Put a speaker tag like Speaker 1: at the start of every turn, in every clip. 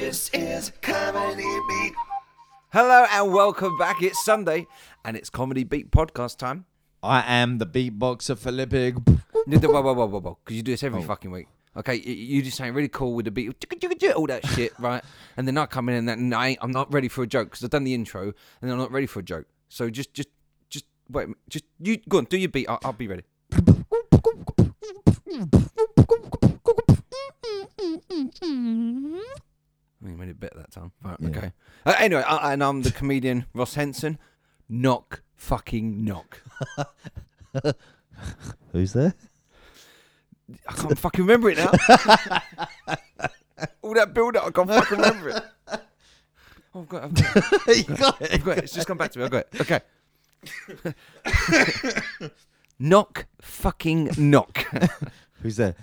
Speaker 1: It's comedy beat.
Speaker 2: Hello and welcome back. It's Sunday and it's Comedy Beat podcast time.
Speaker 3: I am the beatboxer Felipe.
Speaker 2: No, no, Whoa, whoa, whoa, whoa, whoa. Because you do this every fucking week. Okay, y- you do something really cool with the beat, all that shit, right? And then I come in and that night I'm not ready for a joke because I've done the intro and then I'm not ready for a joke. So just, just, just wait. a minute. Just you go on, do your beat. I'll, I'll be ready. We made it better that time. Right, okay. Uh, anyway, I, and I'm the comedian Ross Henson. Knock, fucking knock.
Speaker 3: Who's there?
Speaker 2: I can't fucking remember it now. All that build up, I can't fucking remember it. Oh, I've got, it, I've, got it,
Speaker 3: you got it.
Speaker 2: I've got it. It's just come back to me. I've got it. Okay. knock, fucking knock.
Speaker 3: Who's there?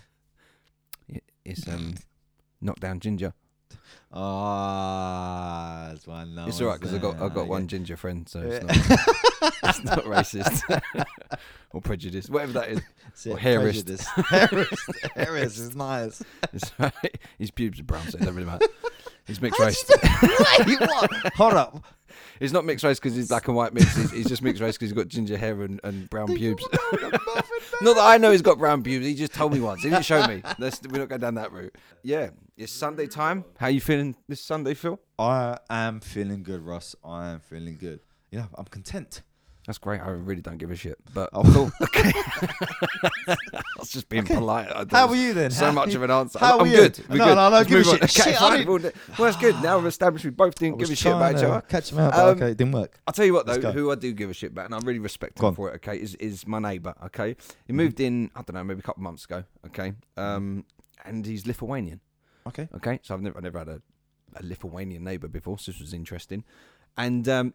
Speaker 2: It's um, knock down ginger.
Speaker 3: Ah, it's one. No
Speaker 2: it's all right because I got I got one ginger friend, so it's not, it's not racist or prejudice, whatever that is. Or hairist.
Speaker 3: Hairist. Hairist is nice.
Speaker 2: It's all right. His pubes are brown, so it doesn't really matter. He's mixed race.
Speaker 3: Wait, what? Hold up.
Speaker 2: He's not mixed race because he's black and white mixed. He's, he's just mixed race because he's got ginger hair and, and brown pubes. not that I know he's got brown pubes. He just told me once. He didn't show me. Let's, we're not going down that route. Yeah, it's Sunday time. How you feeling this Sunday, Phil?
Speaker 3: I am feeling good, Ross. I am feeling good. You know, I'm content.
Speaker 2: That's great. I really don't give a shit. But
Speaker 3: Oh.
Speaker 2: cool. Okay. I was just being polite. I-
Speaker 3: How were you then?
Speaker 2: So
Speaker 3: How-
Speaker 2: much of an answer.
Speaker 3: How
Speaker 2: I'm,
Speaker 3: were
Speaker 2: I'm
Speaker 3: you?
Speaker 2: good. We're
Speaker 3: No,
Speaker 2: good.
Speaker 3: no, I don't
Speaker 2: Let's
Speaker 3: give a
Speaker 2: move on.
Speaker 3: shit.
Speaker 2: Okay,
Speaker 3: Shit, I
Speaker 2: fine.
Speaker 3: didn't-
Speaker 2: Well, that's good. Now we've established we both didn't give a shit about each other.
Speaker 3: Catch him out,
Speaker 2: but Um, okay,
Speaker 3: okay, it didn't work.
Speaker 2: I'll tell you what
Speaker 3: Let's
Speaker 2: though,
Speaker 3: go.
Speaker 2: who I do give a shit about, and I really respect him
Speaker 3: Go on.
Speaker 2: for it. Okay, is is my neighbour. Okay, he moved in. I don't know, maybe a couple months ago. Okay, um, and he's Lithuanian.
Speaker 3: Okay.
Speaker 2: Okay, so I've never I never had a, a Lithuanian neighbour before, so this was interesting. And um,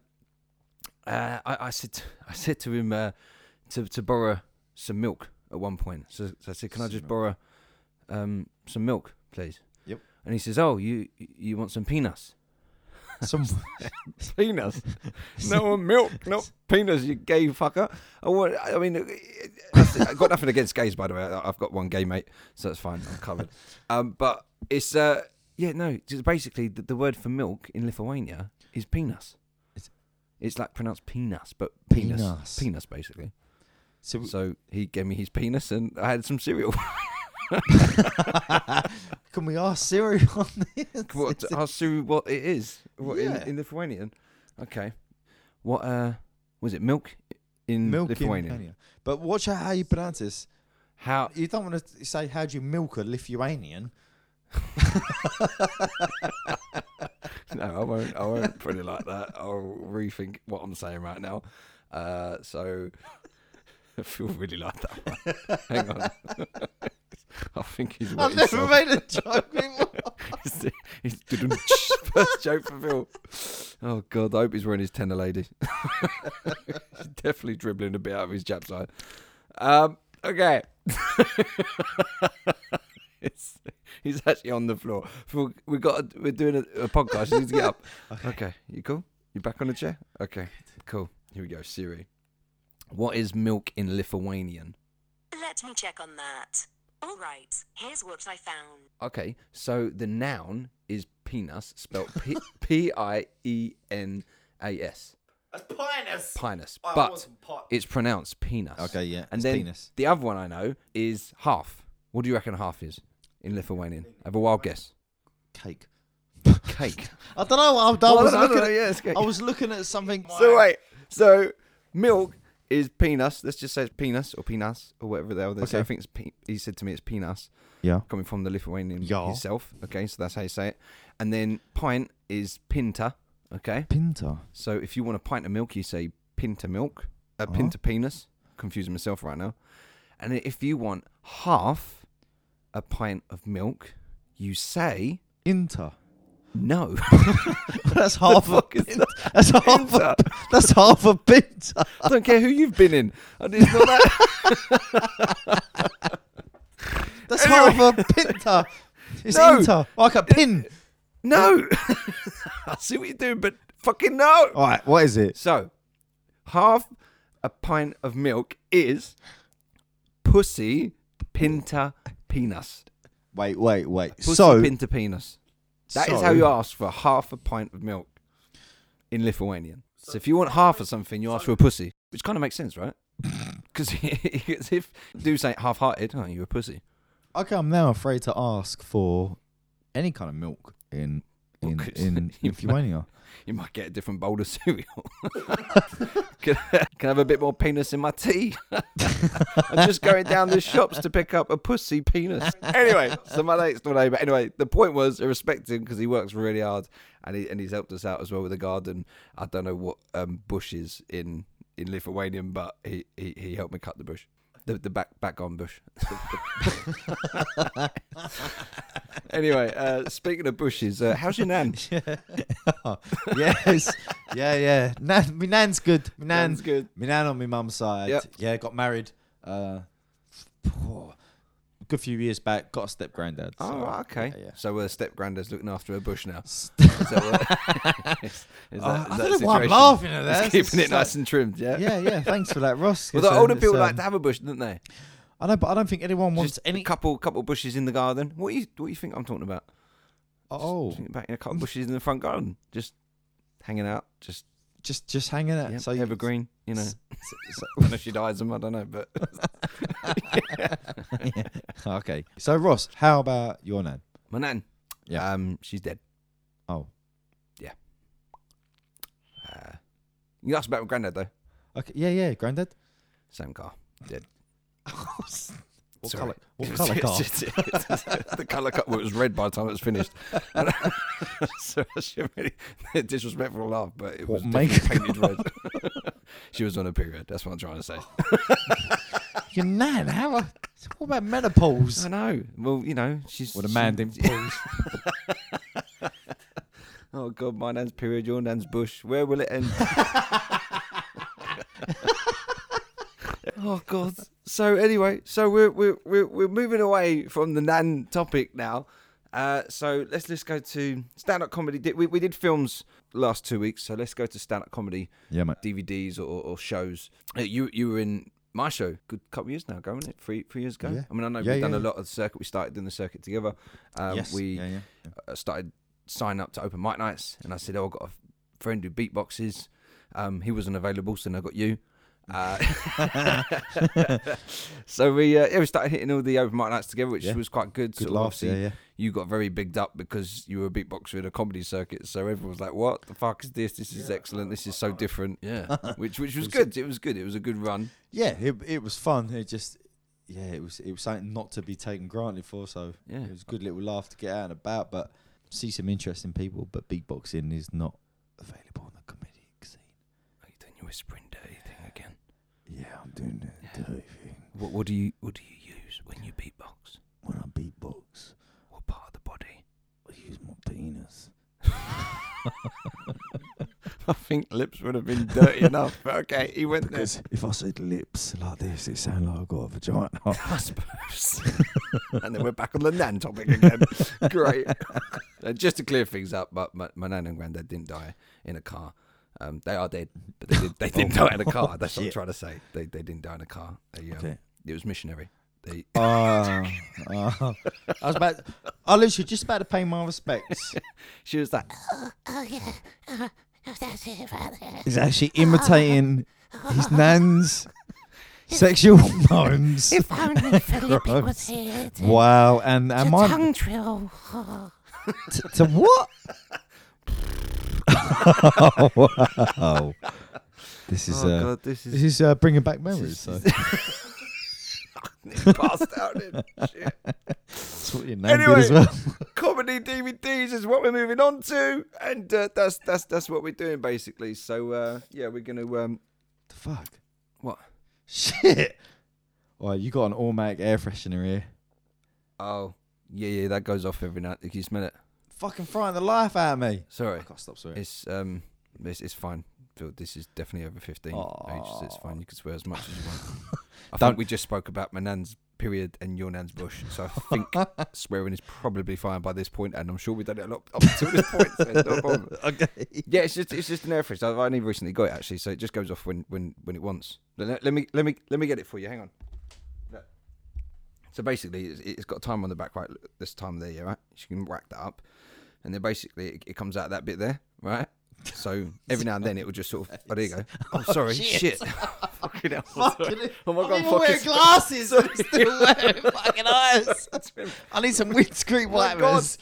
Speaker 2: uh, I, I said to, I said to him uh, to to borrow some milk at one point. So, so I said, can I
Speaker 3: Some
Speaker 2: just
Speaker 3: milk.
Speaker 2: borrow um, some milk, please?
Speaker 3: Yep.
Speaker 2: And he says, oh, you you want some peanuts?
Speaker 3: Some
Speaker 2: penis. no more milk, no penis, you gay fucker. I, want, I mean, uh, I've got nothing against gays, by the way. I- I've got one gay mate, so that's fine. I'm covered. Um, but it's, uh, yeah, no, just basically the, the word for milk in Lithuania is penis. It's,
Speaker 3: It's-
Speaker 2: it's like pronounced penis, but penis. Penis,
Speaker 3: Penis.
Speaker 2: basically.
Speaker 3: so,
Speaker 2: So he gave me his penis and I had some cereal.
Speaker 3: can we ask Siri on this?
Speaker 2: what, I'll see what it is what,
Speaker 3: Yeah.
Speaker 2: in, in Lithuanian. Okay. What, uh, was it milk in
Speaker 3: milk in
Speaker 2: Lithuanian?
Speaker 3: Lithuania. But watch out how you pronounce this.
Speaker 2: How
Speaker 3: You don't want to say how do you milk a Lithuanian.
Speaker 2: no, I won't. I won't put it like that. I'll rethink what I'm saying right now. Uh, so I feel really like that. One. Hang on. I think he's. wet
Speaker 3: I've never
Speaker 2: himself.
Speaker 3: made a joke before.
Speaker 2: He's- he's didn't- first joke for Phil. Oh God, I hope he's wearing his tenor lady. he's definitely dribbling a bit out of his jab side. Um, okay. It's- he's actually on the floor. Phil, we got. A, we're doing a, a podcast. You need to get up. Okay. you cool? You back on the chair? Okay, cool. Here we go. Siri, what is milk in Lithuanian?
Speaker 4: Let me check on that. All right, here's what I found.
Speaker 2: Okay, so the noun is penis, spelled P P I E N A S.
Speaker 3: That's pinus.
Speaker 2: Pinus.
Speaker 3: Oh, I
Speaker 2: But
Speaker 3: wasn't pot-
Speaker 2: it's pronounced penis.
Speaker 3: Okay, yeah,
Speaker 2: And
Speaker 3: it's
Speaker 2: then
Speaker 3: penis.
Speaker 2: the other one I know is half. What do you reckon half is in Lithuanian? Have a wild guess.
Speaker 3: Cake.
Speaker 2: Cake.
Speaker 3: I don't know. I, I,
Speaker 2: Well,
Speaker 3: was
Speaker 2: I don't
Speaker 3: looking
Speaker 2: know,
Speaker 3: at,
Speaker 2: yeah, it's cake.
Speaker 3: I was looking at something.
Speaker 2: so wait, so milk is penis. Let's just say it's penis or penis or whatever the hell they say. I
Speaker 3: Okay.
Speaker 2: think it's pe- he said to me it's penis.
Speaker 3: Yeah.
Speaker 2: coming from the Lithuanian
Speaker 3: Yeah.
Speaker 2: himself. Okay, so that's how you say it. And then pint is pinta. Okay,
Speaker 3: Pinta.
Speaker 2: so if you want a pint of milk, you say pinta milk, a
Speaker 3: Uh-huh.
Speaker 2: pinta penis. Confusing myself right now. And if you want half a pint of milk, you say
Speaker 3: Inter.
Speaker 2: no.
Speaker 3: That's half a.
Speaker 2: fuck is
Speaker 3: pint- That's half a. That's half a pinta.
Speaker 2: I don't care who you've been in. It's not that.
Speaker 3: That's
Speaker 2: Anyway.
Speaker 3: half a pinta. It's
Speaker 2: No.
Speaker 3: inter. Like a pin.
Speaker 2: No. I see what you're doing, but fucking no.
Speaker 3: All right. What is it?
Speaker 2: So, half a pint of milk is pussy pinta penis.
Speaker 3: Wait, wait, wait.
Speaker 2: Pussy
Speaker 3: so,
Speaker 2: pinta penis. That is
Speaker 3: So-
Speaker 2: how you ask for half a pint of milk in Lithuanian. So if you want half of something, you ask for a pussy, which kind of makes sense, right? Because if you do say half-hearted, oh, you're a pussy.
Speaker 3: Okay, I'm now afraid to ask for any kind of milk in
Speaker 2: Well,
Speaker 3: in
Speaker 2: 'cause
Speaker 3: in
Speaker 2: you
Speaker 3: Lithuania.
Speaker 2: You might get a different bowl of cereal. can, I, can I have a bit more penis in my tea? I'm just going down the shops to pick up a pussy penis. Anyway, so my mate's not over. Anyway, the point was, I respect him because he works really hard and he and he's helped us out as well with the garden. I don't know what um, bush is in in Lithuanian, but he, he, he helped me cut the bush, the the back back on bush. anyway, uh, speaking of bushes, uh, how's your nan?
Speaker 3: yes, yeah, yeah. Nan, my nan's good. My nan,
Speaker 2: Nan's good.
Speaker 3: My nan on my mum's side.
Speaker 2: Yep.
Speaker 3: Yeah, got married. Uh, poor- good few years back. Got a step granddad.
Speaker 2: Oh,
Speaker 3: so,
Speaker 2: right, okay.
Speaker 3: Yeah. yeah.
Speaker 2: So her step granddad's looking after her bush now.
Speaker 3: S-
Speaker 2: Is that what- is- is
Speaker 3: Uh,
Speaker 2: that-
Speaker 3: I
Speaker 2: is that
Speaker 3: don't know why I'm
Speaker 2: situation?
Speaker 3: laughing at
Speaker 2: It's
Speaker 3: that. It's
Speaker 2: keeping
Speaker 3: just
Speaker 2: it nice
Speaker 3: like-
Speaker 2: and trimmed, yeah?
Speaker 3: yeah, yeah. Thanks for that, Ross.
Speaker 2: Well,
Speaker 3: It's,
Speaker 2: the older
Speaker 3: um, it's,
Speaker 2: people like
Speaker 3: um,
Speaker 2: to have a bush, don't they?
Speaker 3: I know, but I don't think anyone wants
Speaker 2: Just
Speaker 3: any.
Speaker 2: a couple, couple bushes in the garden. What do you, what do you think I'm talking about?
Speaker 3: Oh,
Speaker 2: Think about a couple bushes in the front garden, just hanging out, just
Speaker 3: just just hanging out.
Speaker 2: yeah,
Speaker 3: so you-
Speaker 2: evergreen, you know.
Speaker 3: s-
Speaker 2: I don't know if she dies them, I don't know, but
Speaker 3: okay. So Ross, how about your nan?
Speaker 2: my nan,
Speaker 3: Yeah.
Speaker 2: um, she's dead.
Speaker 3: Oh,
Speaker 2: Uh, you asked about my granddad though.
Speaker 3: okay. Yeah, yeah. Granddad.
Speaker 2: Same car, dead.
Speaker 3: What
Speaker 2: Sorry.
Speaker 3: colour? What
Speaker 2: It's-
Speaker 3: colour
Speaker 2: it's-
Speaker 3: car?
Speaker 2: it's- it's- it's- the colour car. Well, it was red by the time it was finished. And- so I should really disrespectful laugh, but it
Speaker 3: What
Speaker 2: was
Speaker 3: make-
Speaker 2: definitely painted red. she was on a period. That's what I'm trying to say.
Speaker 3: Your nan? How? Are, what about menopause?
Speaker 2: I know. Well, you know, she's.
Speaker 3: What a man
Speaker 2: she-
Speaker 3: named Paul's.
Speaker 2: Oh God, my nan's period. Your nan's bush. Where will it end? oh God. So anyway, so we're we're we're, we're moving away from the nan topic now. Uh, so let's let's go to stand up comedy. Di- We we did films last two weeks, so let's go to stand up comedy
Speaker 3: Yeah, mate.
Speaker 2: DVDs or, or shows. Uh, You you were in my show good couple of years now ago, wasn't it? Three three years ago.
Speaker 3: Yeah.
Speaker 2: I mean, I know
Speaker 3: Yeah,
Speaker 2: we've done
Speaker 3: yeah,
Speaker 2: a
Speaker 3: yeah.
Speaker 2: lot of the circuit. We started doing the circuit together. Um, We
Speaker 3: yeah, yeah.
Speaker 2: uh, started signing up to open mic nights, and I said, "Oh, I've got a friend who beatboxes. Um, he wasn't available, so then I got you." Uh, so we uh, yeah, we started hitting all the open mic nights together, which
Speaker 3: Yeah.
Speaker 2: was quite good.
Speaker 3: Good
Speaker 2: so
Speaker 3: laughs.
Speaker 2: obviously
Speaker 3: Yeah, yeah.
Speaker 2: you got very bigged up because you were a beatboxer in a comedy circuit. So everyone was like, "What the fuck is this? This is excellent. This is so different." Yeah, which which was good. It was good. It was a good run.
Speaker 3: Yeah, it, it was fun. It just, yeah, it was it was something not to be taken granted for. So
Speaker 2: Yeah.
Speaker 3: it was a good little laugh to get out and about, but see some interesting people. But beatboxing is not available on the comedic scene.
Speaker 2: Are you doing your whispering dirty thing again?
Speaker 3: Yeah, I'm doing that dirty thing
Speaker 2: What what do you what do you use when you beatbox?
Speaker 3: when I beatbox.
Speaker 2: What part of the body?
Speaker 3: I use my penis.
Speaker 2: I think lips would have been dirty enough. But okay, he went there.
Speaker 3: Because if I said lips like this, it sounds like I got a vagina.
Speaker 2: I suppose. and then we're back on the nan topic again. Great. Uh, just to clear things up, but my, my nan and granddad didn't die in a car. Um, they are dead, but they, did, they didn't die in a car. That's what I'm
Speaker 3: Shit.
Speaker 2: trying to say. They, they didn't die in a car. They, um,
Speaker 3: Okay.
Speaker 2: It was missionary. They,
Speaker 3: Uh, uh, I was about, I literally just about to pay my respects.
Speaker 2: she was like,
Speaker 1: Oh yeah, uh, that's it right there.
Speaker 3: is actually imitating his nan's sexual moans.
Speaker 1: If only Felipe
Speaker 3: Gross.
Speaker 1: was here to,
Speaker 3: Wow, and and
Speaker 1: to
Speaker 3: mine
Speaker 1: tongue drill. Oh,
Speaker 3: t- to what? Oh, wow. This is
Speaker 2: oh,
Speaker 3: uh,
Speaker 2: God, this
Speaker 3: this
Speaker 2: is
Speaker 3: is uh, bringing back memories. So
Speaker 2: passed out in. Shit.
Speaker 3: that's what your nan did as
Speaker 2: Anyway.
Speaker 3: well.
Speaker 2: comedy DVDs is what we're moving on to, and uh, that's that's that's what we're doing basically. So uh, yeah, we're gonna um,
Speaker 3: the fuck?
Speaker 2: What?
Speaker 3: Shit. Well, you got an automatic air freshener here.
Speaker 2: oh yeah yeah that goes off every night. Can you smell it?
Speaker 3: Fucking frying the life out of me. I
Speaker 2: Sorry,
Speaker 3: can't stop swearing.
Speaker 2: it's um it's, it's fine. Phil, this is definitely over fifteen age, so it's fine. You can swear as much as you want. I
Speaker 3: Don't-
Speaker 2: think we just spoke about my nan's period and your nan's bush, so I think swearing is probably fine by this point, and I'm sure we've done it a lot up to this point. So it's not a problem.
Speaker 3: okay.
Speaker 2: Yeah, it's just it's just an air freshener. I've only recently got it actually, so it just goes off when when when it wants. Let, let- let me let me let me get it for you. Hang on. Look. So basically, it's, it's got a timer on the back, right? Look, This time there, yeah, right? So you can rack that up, and then basically it, it comes out that bit there, right? So every now and then it will just sort of. Oh, there you go. Oh, sorry, shit. Fucking hell. Oh my
Speaker 3: I'm
Speaker 2: god,
Speaker 3: even wearing
Speaker 2: fucking-
Speaker 3: glasses. I'm still wearing fucking eyes. I need some windscreen
Speaker 2: my God.
Speaker 3: wipers.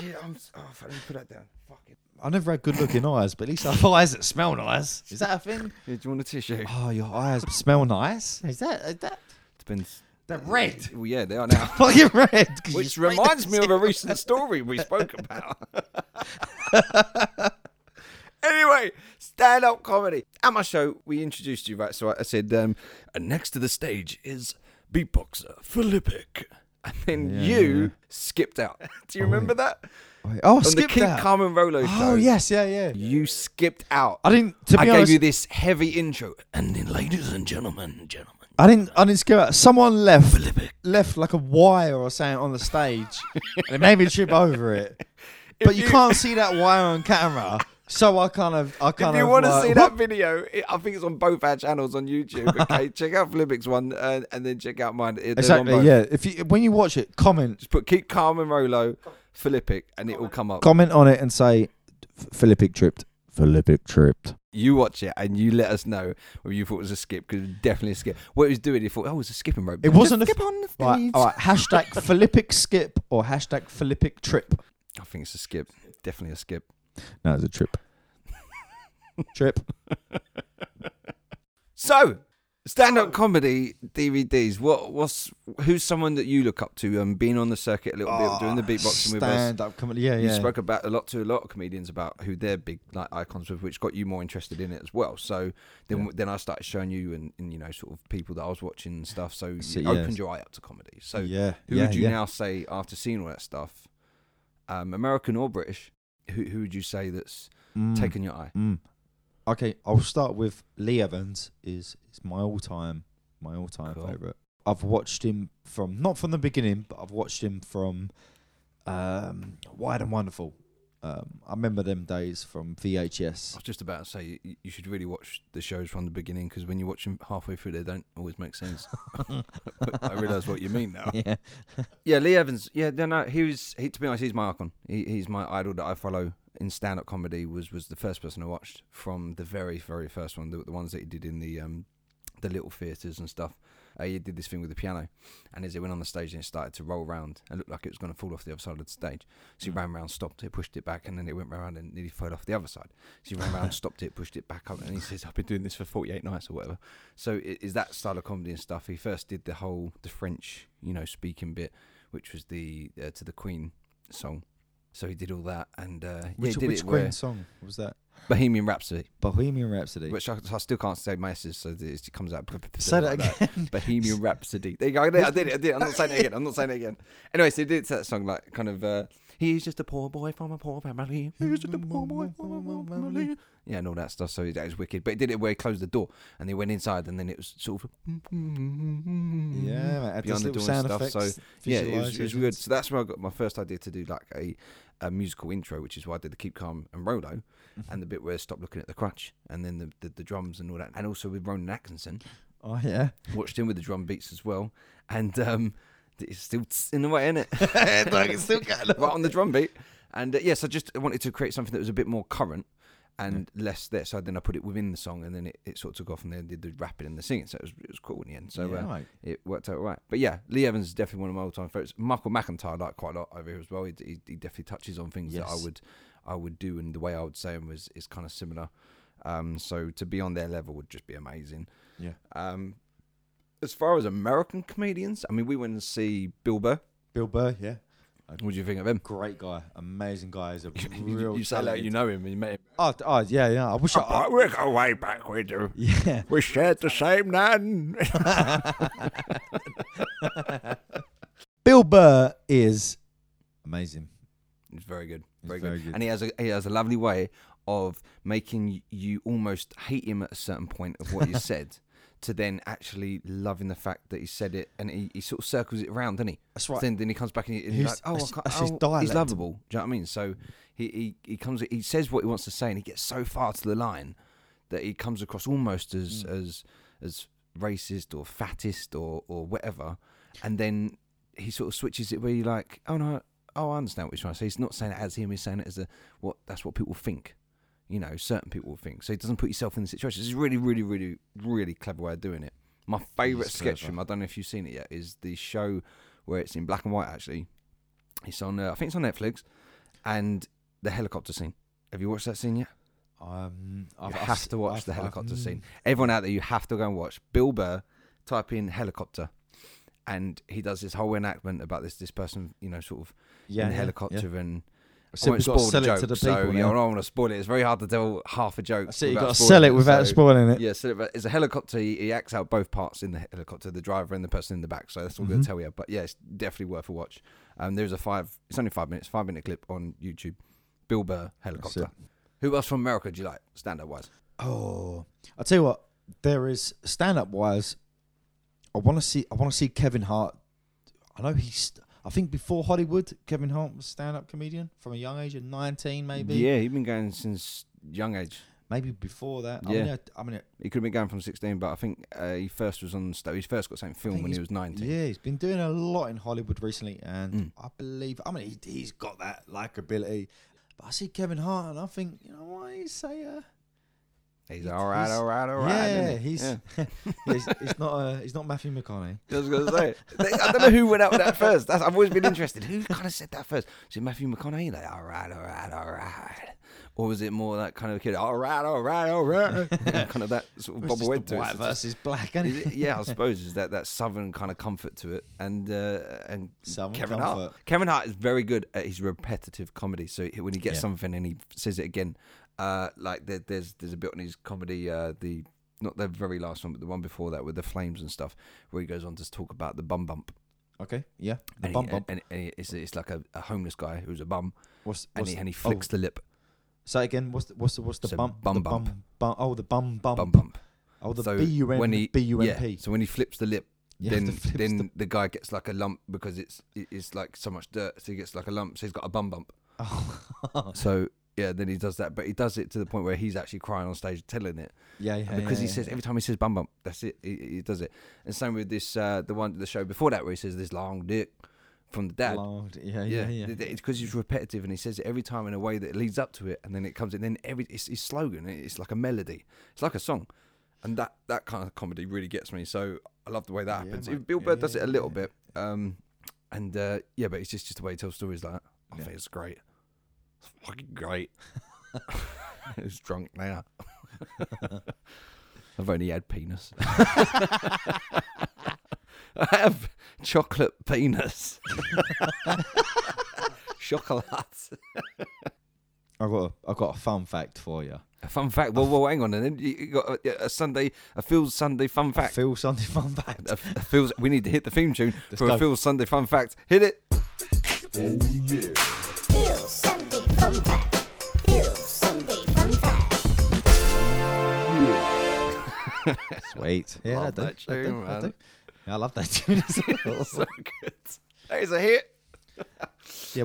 Speaker 2: shit. I'm, s- oh, fuck, let me put that down. Fucking.
Speaker 3: I never had good looking eyes, but at least I have eyes that smell nice. Is that a thing?
Speaker 2: Yeah, do you want a tissue?
Speaker 3: Oh, your eyes smell nice. Is that is that?
Speaker 2: Depends.
Speaker 3: They're red.
Speaker 2: Well, yeah, they are now.
Speaker 3: Fucking red. 'cause you
Speaker 2: Which
Speaker 3: sprayed
Speaker 2: reminds
Speaker 3: that
Speaker 2: me of a
Speaker 3: serum.
Speaker 2: recent story we spoke about. anyway, stand up comedy. At my show, we introduced you, right? So I, I said, um, and next to the stage is beatboxer Philippic. And then you skipped out. Do you remember that?
Speaker 3: Wait, Oh, I
Speaker 2: On the
Speaker 3: Oh, skipped
Speaker 2: King
Speaker 3: that.
Speaker 2: Carmen Rolo show.
Speaker 3: Oh yes, yeah, yeah.
Speaker 2: You skipped out.
Speaker 3: I didn't. To be
Speaker 2: I
Speaker 3: honest,
Speaker 2: gave you this heavy intro. And then, ladies and gentlemen, gentlemen.
Speaker 3: I didn't. I didn't skip out. Someone left left like a wire or something on the stage, and it made me trip over it. But you,
Speaker 2: you-
Speaker 3: can't see that wire on camera, so I kind of. I kind
Speaker 2: If you
Speaker 3: of
Speaker 2: want to
Speaker 3: like,
Speaker 2: see that video, it, I think it's on both our channels on YouTube. Okay, check out Flippic's one uh, and then check out mine. It- they're on
Speaker 3: Exactly.
Speaker 2: both.
Speaker 3: Yeah. If you when you watch it, comment
Speaker 2: Just put keep calm and Rolo, Philippic, and it will come up.
Speaker 3: comment on it and say, "Philippic tripped. Philippic tripped."
Speaker 2: You watch it and you let us know whether you thought it was a skip because it was definitely a skip. What it was doing, he thought, oh, it was a skipping rope.
Speaker 3: It wasn't
Speaker 2: Just
Speaker 3: a
Speaker 2: skip on the
Speaker 3: Right.
Speaker 2: stage.
Speaker 3: All right. Hashtag Philippic skip or hashtag Philippic trip.
Speaker 2: I think it's a skip. Definitely a skip.
Speaker 3: No, it's a trip. trip.
Speaker 2: So, stand-up comedy DVDs. What what's who's someone that you look up to and um, being on the circuit a little bit, doing the beatboxing with us?
Speaker 3: Oh, Stand up comedy. Yeah,
Speaker 2: you
Speaker 3: yeah.
Speaker 2: spoke about a lot to a lot of comedians about who their big like icons with which got you more interested in it as well so then then i started showing you and, and you know sort of people that i was watching and stuff so you
Speaker 3: So, yeah.
Speaker 2: opened your eye up to comedy so
Speaker 3: yeah.
Speaker 2: who
Speaker 3: yeah,
Speaker 2: would you
Speaker 3: yeah.
Speaker 2: now say after seeing all that stuff um american or british who, who would you say that's
Speaker 3: Mm.
Speaker 2: taken your eye
Speaker 3: Mm. Okay, I'll start with Lee Evans. is is my all time my all time
Speaker 2: Cool.
Speaker 3: favorite. I've watched him from not from the beginning, but I've watched him from um, Wide and Wonderful. Um, I remember them days from
Speaker 2: I
Speaker 3: VHS.
Speaker 2: was just about to say you, you should really watch the shows from the beginning because when you watch them halfway through, they don't always make sense. I realise what you mean now.
Speaker 3: Yeah,
Speaker 2: Yeah, Lee Evans. Yeah, no, no. He was. He, to be honest, he's my icon. He, he's my idol that I follow in stand-up comedy. Was was the first person I watched from the very, very first one. The, the ones that he did in the um, the little theatres and stuff. Uh, he did this thing with the piano, and as it went on the stage and it started to roll round, it looked like it was going to fall off the other side of the stage. So
Speaker 3: Hmm.
Speaker 2: he ran round, stopped it, pushed it back, and then it went round and nearly fell off the other side. So he ran round, stopped it, pushed it back up, and he says, "I've been doing this for 48 nights or whatever." So it is that style of comedy and stuff. He first did the whole the French, you know, speaking bit, which was the uh, to the Queen song. So he did all that, and uh, yeah,
Speaker 3: which,
Speaker 2: he did
Speaker 3: which
Speaker 2: it
Speaker 3: Queen
Speaker 2: where-
Speaker 3: song was that?
Speaker 2: Bohemian Rhapsody,
Speaker 3: Bohemian Rhapsody.
Speaker 2: which I, I still can't say my S's, so it just comes out.
Speaker 3: Say
Speaker 2: like
Speaker 3: that again.
Speaker 2: Bohemian Rhapsody. There you go. I did, it, I did it. I did it. I'm not saying it again. I'm not saying it again. Anyway, so he did that song like kind of. Uh, He's just a poor boy from a poor family. He's just a poor boy from a poor family. Yeah, and all that stuff. So that was wicked. But he did it where he closed the door and they went inside, and then it was sort of
Speaker 3: yeah, mate,
Speaker 2: beyond
Speaker 3: had this
Speaker 2: the
Speaker 3: little
Speaker 2: door
Speaker 3: sound
Speaker 2: and stuff.
Speaker 3: effects.
Speaker 2: So yeah, it was, it was
Speaker 3: visualisations.
Speaker 2: good. So that's where I got my first idea to do like a, a musical intro, which is why I did the Keep Calm and Rolo, and the bit where Stop Looking at the Crutch, and then the, the, the drums and all that, and also with Ronan Atkinson,
Speaker 3: Oh yeah.
Speaker 2: watched him with the drum beats as well, and um, it's still tss in the way, isn't it?
Speaker 3: like it's still got a
Speaker 2: right on the drum beat. And uh, yes, I just wanted to create something that was a bit more current and less there. So then I put it within the song, and then it, it sort of took off, and then did the rapping and the singing. So it was, it was cool in the end. So
Speaker 3: Yeah,
Speaker 2: uh,
Speaker 3: right.
Speaker 2: it worked out all right. But yeah, Lee Evans is definitely one of my all-time favorites. Michael McIntyre I like quite a lot over here as well. He, he, he definitely touches on things that I
Speaker 3: Yes.
Speaker 2: would I would do, and the way I would say them was is kind of similar. Um, so to be on their level would just be amazing.
Speaker 3: Yeah.
Speaker 2: Um, as far as American comedians, I mean, we went and see Bill Burr.
Speaker 3: Bill Burr. Yeah.
Speaker 2: What do you think of him?
Speaker 3: Great guy. Amazing guy. He's a
Speaker 2: You-
Speaker 3: real.
Speaker 2: you say like
Speaker 3: talented-
Speaker 2: you know him. You met him.
Speaker 3: Oh, d- oh yeah, yeah. I wish I. I
Speaker 2: we go way back. We do.
Speaker 3: yeah.
Speaker 2: We shared the same nan.
Speaker 3: Bill Burr is amazing.
Speaker 2: It's very good.
Speaker 3: He's
Speaker 2: Very,
Speaker 3: very
Speaker 2: good.
Speaker 3: good.
Speaker 2: And he has a he has a lovely way of making you almost hate him at a certain point of what you said, to then actually loving the fact that he said it, and he, he sort of circles it around, doesn't he?
Speaker 3: That's right.
Speaker 2: Then then he comes back and, he, and he's like,
Speaker 3: He's-
Speaker 2: oh, I
Speaker 3: that's-
Speaker 2: can't,
Speaker 3: that's his
Speaker 2: oh, he's
Speaker 3: dialect.
Speaker 2: lovable. Do you know what I mean? So he, he he comes he says what he wants to say, and he gets so far to the line that he comes across almost as
Speaker 3: Mm.
Speaker 2: as as racist or fattest or or whatever, and then he sort of switches it where you're like, oh no, oh, I understand what he's trying to say. He's not saying it as him. He's saying it as a what. That's what people think. You know, certain people think. So he doesn't put yourself in the situation. It's a really, really, really, really clever way of doing it. My favourite
Speaker 3: is
Speaker 2: sketch
Speaker 3: clever.
Speaker 2: from I don't know if you've seen it yet is the show where it's in black and white. Actually, it's on. Uh, I think it's on Netflix, and the helicopter scene. Have you watched that scene yet?
Speaker 3: Um,
Speaker 2: You
Speaker 3: I've, I've
Speaker 2: have
Speaker 3: s-
Speaker 2: to watch
Speaker 3: I've-
Speaker 2: the helicopter
Speaker 3: I've-
Speaker 2: scene. Everyone out there, you have to go and watch Bill Burr. Type in helicopter, and he does this whole enactment about this this person, you know, sort of
Speaker 3: Yeah,
Speaker 2: in a
Speaker 3: yeah,
Speaker 2: helicopter,
Speaker 3: yeah.
Speaker 2: and
Speaker 3: I've
Speaker 2: I
Speaker 3: said
Speaker 2: won't
Speaker 3: we've got to
Speaker 2: spoil the
Speaker 3: sell it
Speaker 2: joke.
Speaker 3: to the
Speaker 2: so
Speaker 3: people.
Speaker 2: you know, I
Speaker 3: now.
Speaker 2: don't want to spoil it. It's very hard to tell half a joke.
Speaker 3: I said you
Speaker 2: without
Speaker 3: got to
Speaker 2: spoiling
Speaker 3: sell it without
Speaker 2: so-
Speaker 3: spoiling it.
Speaker 2: yeah, so it- it's a helicopter. He, he acts out both parts in the helicopter, the driver and the person in the back. So that's all I'm going
Speaker 3: Mhm.
Speaker 2: to tell you. But yeah, it's definitely worth a watch. Um, there's a five. It's only five minutes. Five minute clip on YouTube. Bill Burr helicopter. Who else from America do you like stand up wise?
Speaker 3: Oh, I tell you what, there is stand up wise. I want to see. I want to see Kevin Hart. I know he's. I think before Hollywood, Kevin Hart was a stand up comedian from a young age of nineteen, maybe.
Speaker 2: Yeah, he's been going since young age.
Speaker 3: Maybe before that. I
Speaker 2: Yeah.
Speaker 3: mean, I, I mean,
Speaker 2: He could have been going from 16, but I think uh, he first was on stage. He first got something film
Speaker 3: think
Speaker 2: when he
Speaker 3: he's-
Speaker 2: was 19.
Speaker 3: yeah, he's been doing a lot in Hollywood recently, and
Speaker 2: Mm.
Speaker 3: I believe. I mean, he, he's got that likability. But I see Kevin Hart, and I think, you know what? He's a. Uh,
Speaker 2: He's all right,
Speaker 3: He's-
Speaker 2: all right, all right.
Speaker 3: yeah,
Speaker 2: isn't he?
Speaker 3: he's,
Speaker 2: Yeah.
Speaker 3: he's he's not uh, he's not Matthew McConaughey.
Speaker 2: I was going to say. They- I don't know who went out with that first. That's, I've always been interested. Who kind of said that first? Was it Matthew McConaughey? Like, all right, all right, all right. Or was it more that kind of kid? All right, all right, all right. You know, kind of that sort of
Speaker 3: It's
Speaker 2: bob
Speaker 3: just
Speaker 2: away
Speaker 3: the
Speaker 2: to
Speaker 3: white
Speaker 2: it. It's
Speaker 3: versus black, and
Speaker 2: just- is it- yeah, I suppose is that that southern kind of comfort to it, and uh, and
Speaker 3: Southern
Speaker 2: Kevin Hart.
Speaker 3: comfort.
Speaker 2: Kevin Hart is very good at his repetitive comedy. So he- when he gets
Speaker 3: Yeah.
Speaker 2: something and he says it again, uh, like there, there's there's a bit on his comedy, uh, the not the very last one, but the one before that with the flames and stuff, where he goes on to talk about the bum bump.
Speaker 3: Okay, yeah. The
Speaker 2: And,
Speaker 3: bum
Speaker 2: he,
Speaker 3: bump.
Speaker 2: and, and it's, it's like a, a homeless guy who's a bum,
Speaker 3: What's,
Speaker 2: and
Speaker 3: what's
Speaker 2: he,
Speaker 3: the-
Speaker 2: and he flicks
Speaker 3: Oh,
Speaker 2: the lip,
Speaker 3: say again. What's the what's the what's the
Speaker 2: So
Speaker 3: bump?
Speaker 2: bum
Speaker 3: the
Speaker 2: bump.
Speaker 3: bum, bum- Oh, the bum bump.
Speaker 2: bum bump.
Speaker 3: Oh, the
Speaker 2: So
Speaker 3: B U N
Speaker 2: when he-
Speaker 3: B U M
Speaker 2: Yeah.
Speaker 3: P.
Speaker 2: So when he flips the lip,
Speaker 3: You have
Speaker 2: then
Speaker 3: to flip
Speaker 2: then
Speaker 3: the-
Speaker 2: the... guy gets like a lump because it's it- it's like so much dirt, so he gets like a lump, so he's got a bum bump.
Speaker 3: Oh.
Speaker 2: So yeah, then he does that, but he does it to the point where he's actually crying on stage telling it
Speaker 3: yeah, yeah,
Speaker 2: And because
Speaker 3: yeah,
Speaker 2: he
Speaker 3: yeah.
Speaker 2: says every time he says bum bump, that's it, he, he does it. And same with this uh, the one the show before that where he says this long dick from the dad.
Speaker 3: Loud. Yeah, yeah,
Speaker 2: Yeah,
Speaker 3: yeah.
Speaker 2: Th- th- it's because it's repetitive, and he says it every time in a way that leads up to it, and then it comes in. Then every it's his slogan. it- It's like a melody. It's like a song, and that that kind of comedy really gets me. So I love the way that
Speaker 3: Yeah,
Speaker 2: happens.
Speaker 3: mate.
Speaker 2: Bill
Speaker 3: Yeah,
Speaker 2: Burr
Speaker 3: yeah,
Speaker 2: does it a
Speaker 3: yeah,
Speaker 2: little
Speaker 3: yeah.
Speaker 2: bit, um, and uh, yeah, but it's just just the way he tells stories like that. I
Speaker 3: Yeah.
Speaker 2: think it's great. It's fucking great. Who's drunk now? I've only had penis. I have chocolate penis. Chocolate.
Speaker 3: I've got a, I've got a fun fact for you.
Speaker 2: Fun fact. Well, well, hang on. And then you- you got a, a Sunday, a Phil's Sunday fun
Speaker 3: I
Speaker 2: fact.
Speaker 3: feel something fun fact.
Speaker 2: A, a Phil's. We need to hit the theme tune
Speaker 3: Let's
Speaker 2: for
Speaker 3: go.
Speaker 2: a Phil's Sunday fun fact. Hit it.
Speaker 1: Feel Sunday fun fact. Feel Sunday fun fact.
Speaker 3: Sweet. Yeah,
Speaker 2: Love
Speaker 3: I do.
Speaker 2: that
Speaker 3: I, do,
Speaker 2: tune,
Speaker 3: I,
Speaker 2: man.
Speaker 3: do. Yeah, I love that tune as well.
Speaker 2: So good. That is a hit.
Speaker 3: yeah,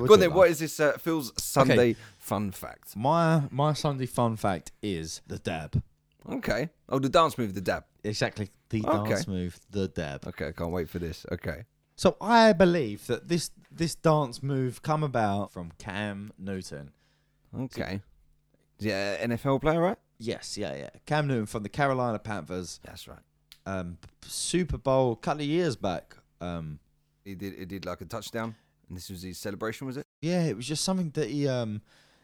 Speaker 3: we'll
Speaker 2: Go on
Speaker 3: do
Speaker 2: then.
Speaker 3: that.
Speaker 2: What is this uh, Phil's Sunday fun fact?
Speaker 3: My my Sunday fun fact is the dab.
Speaker 2: Okay. Oh, the dance move, the dab.
Speaker 3: Exactly the
Speaker 2: Okay.
Speaker 3: dance move, the dab.
Speaker 2: Okay, I can't wait for this. Okay.
Speaker 3: So I believe that this this dance move come about from Cam Newton.
Speaker 2: Okay. Yeah, NFL player, right?
Speaker 3: Yes, yeah, yeah. Cam Newton from the Carolina Panthers,
Speaker 2: That's right.
Speaker 3: um, Super Bowl a couple of years back. Um,
Speaker 2: He did. He did like a touchdown, and this was his celebration, was it?
Speaker 3: yeah, it was just something that he, um,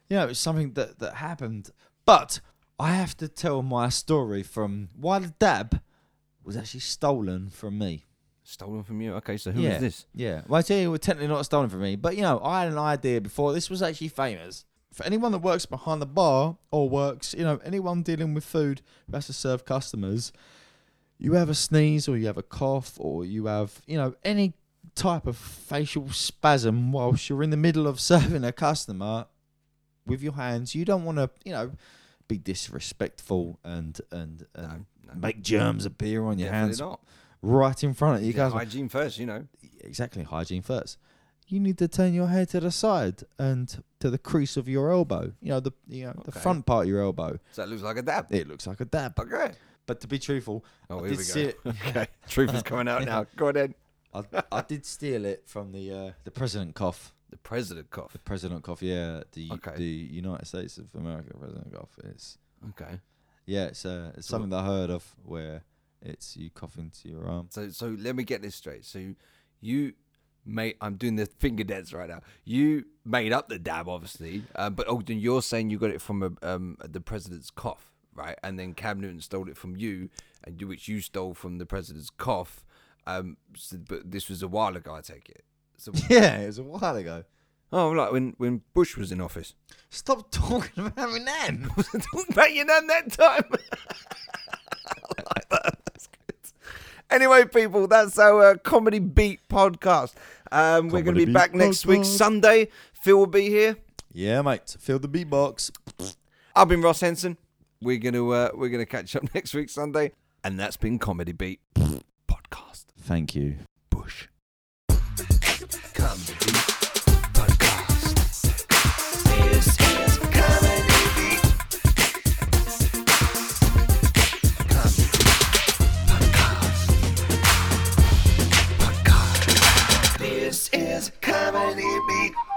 Speaker 3: you know, it was something that that happened. But I have to tell my story from why the dab was actually stolen from me.
Speaker 2: Stolen from you. Okay, so who is
Speaker 3: yeah,
Speaker 2: this?
Speaker 3: Yeah. Well, I tell you, it was technically not stolen from me, but you know, I had an idea before. This was actually famous for anyone that works behind the bar or works, you know, anyone dealing with food who has to serve customers. You have a sneeze, or you have a cough, or you have, you know, any type of facial spasm whilst you're in the middle of serving a customer with your hands. You don't want to, you know, be disrespectful and and, and
Speaker 2: No, no.
Speaker 3: make germs appear on your
Speaker 2: Definitely
Speaker 3: hands
Speaker 2: not.
Speaker 3: right in front of you.
Speaker 2: You
Speaker 3: You guys,
Speaker 2: hygiene first, you know.
Speaker 3: exactly hygiene first. You need to turn your hair to the side and to the crease of your elbow. You know the you know the
Speaker 2: Okay.
Speaker 3: front part of your elbow.
Speaker 2: So that looks like a dab.
Speaker 3: It looks like a dab.
Speaker 2: Okay.
Speaker 3: But to be truthful,
Speaker 2: Oh,
Speaker 3: I
Speaker 2: here
Speaker 3: did
Speaker 2: we
Speaker 3: see
Speaker 2: go.
Speaker 3: it.
Speaker 2: Okay. Truth is coming out now. Go on then.
Speaker 3: I, I did steal it from the uh, the president cough.
Speaker 2: The president cough.
Speaker 3: President Cough, yeah, the
Speaker 2: Okay.
Speaker 3: the United States of America, President Cough. It's
Speaker 2: Okay.
Speaker 3: yeah, it's uh,
Speaker 2: So
Speaker 3: it's
Speaker 2: what-
Speaker 3: something that I heard of where it's you cough into your arm.
Speaker 2: So so let me get this straight. So you mate I'm doing the finger dance right now. You made up the dab obviously. Uh, but Ogden you're saying you got it from a, um the president's cough, right? And then Cam Newton stole it from you and you, which you stole from the president's cough. Um so- but this was a while ago I take it. So
Speaker 3: Yeah, it was a while ago.
Speaker 2: Oh like when when Bush was in office.
Speaker 3: Stop talking about me then.
Speaker 2: Talking about your nan that time. I like that. That's good. Anyway, people, that's our uh, comedy beat podcast. Um, we're going to
Speaker 3: Comedy
Speaker 2: be
Speaker 3: Beat
Speaker 2: back next week,
Speaker 3: Podcast.
Speaker 2: Sunday. Phil will be here.
Speaker 3: yeah, mate. Feel the beatbox.
Speaker 2: I've been Ross Henson. We're going to uh, we're going to catch up next week, Sunday, and that's been comedy beat podcast.
Speaker 3: Thank you.
Speaker 2: Bush.
Speaker 5: This is Comedy Beat.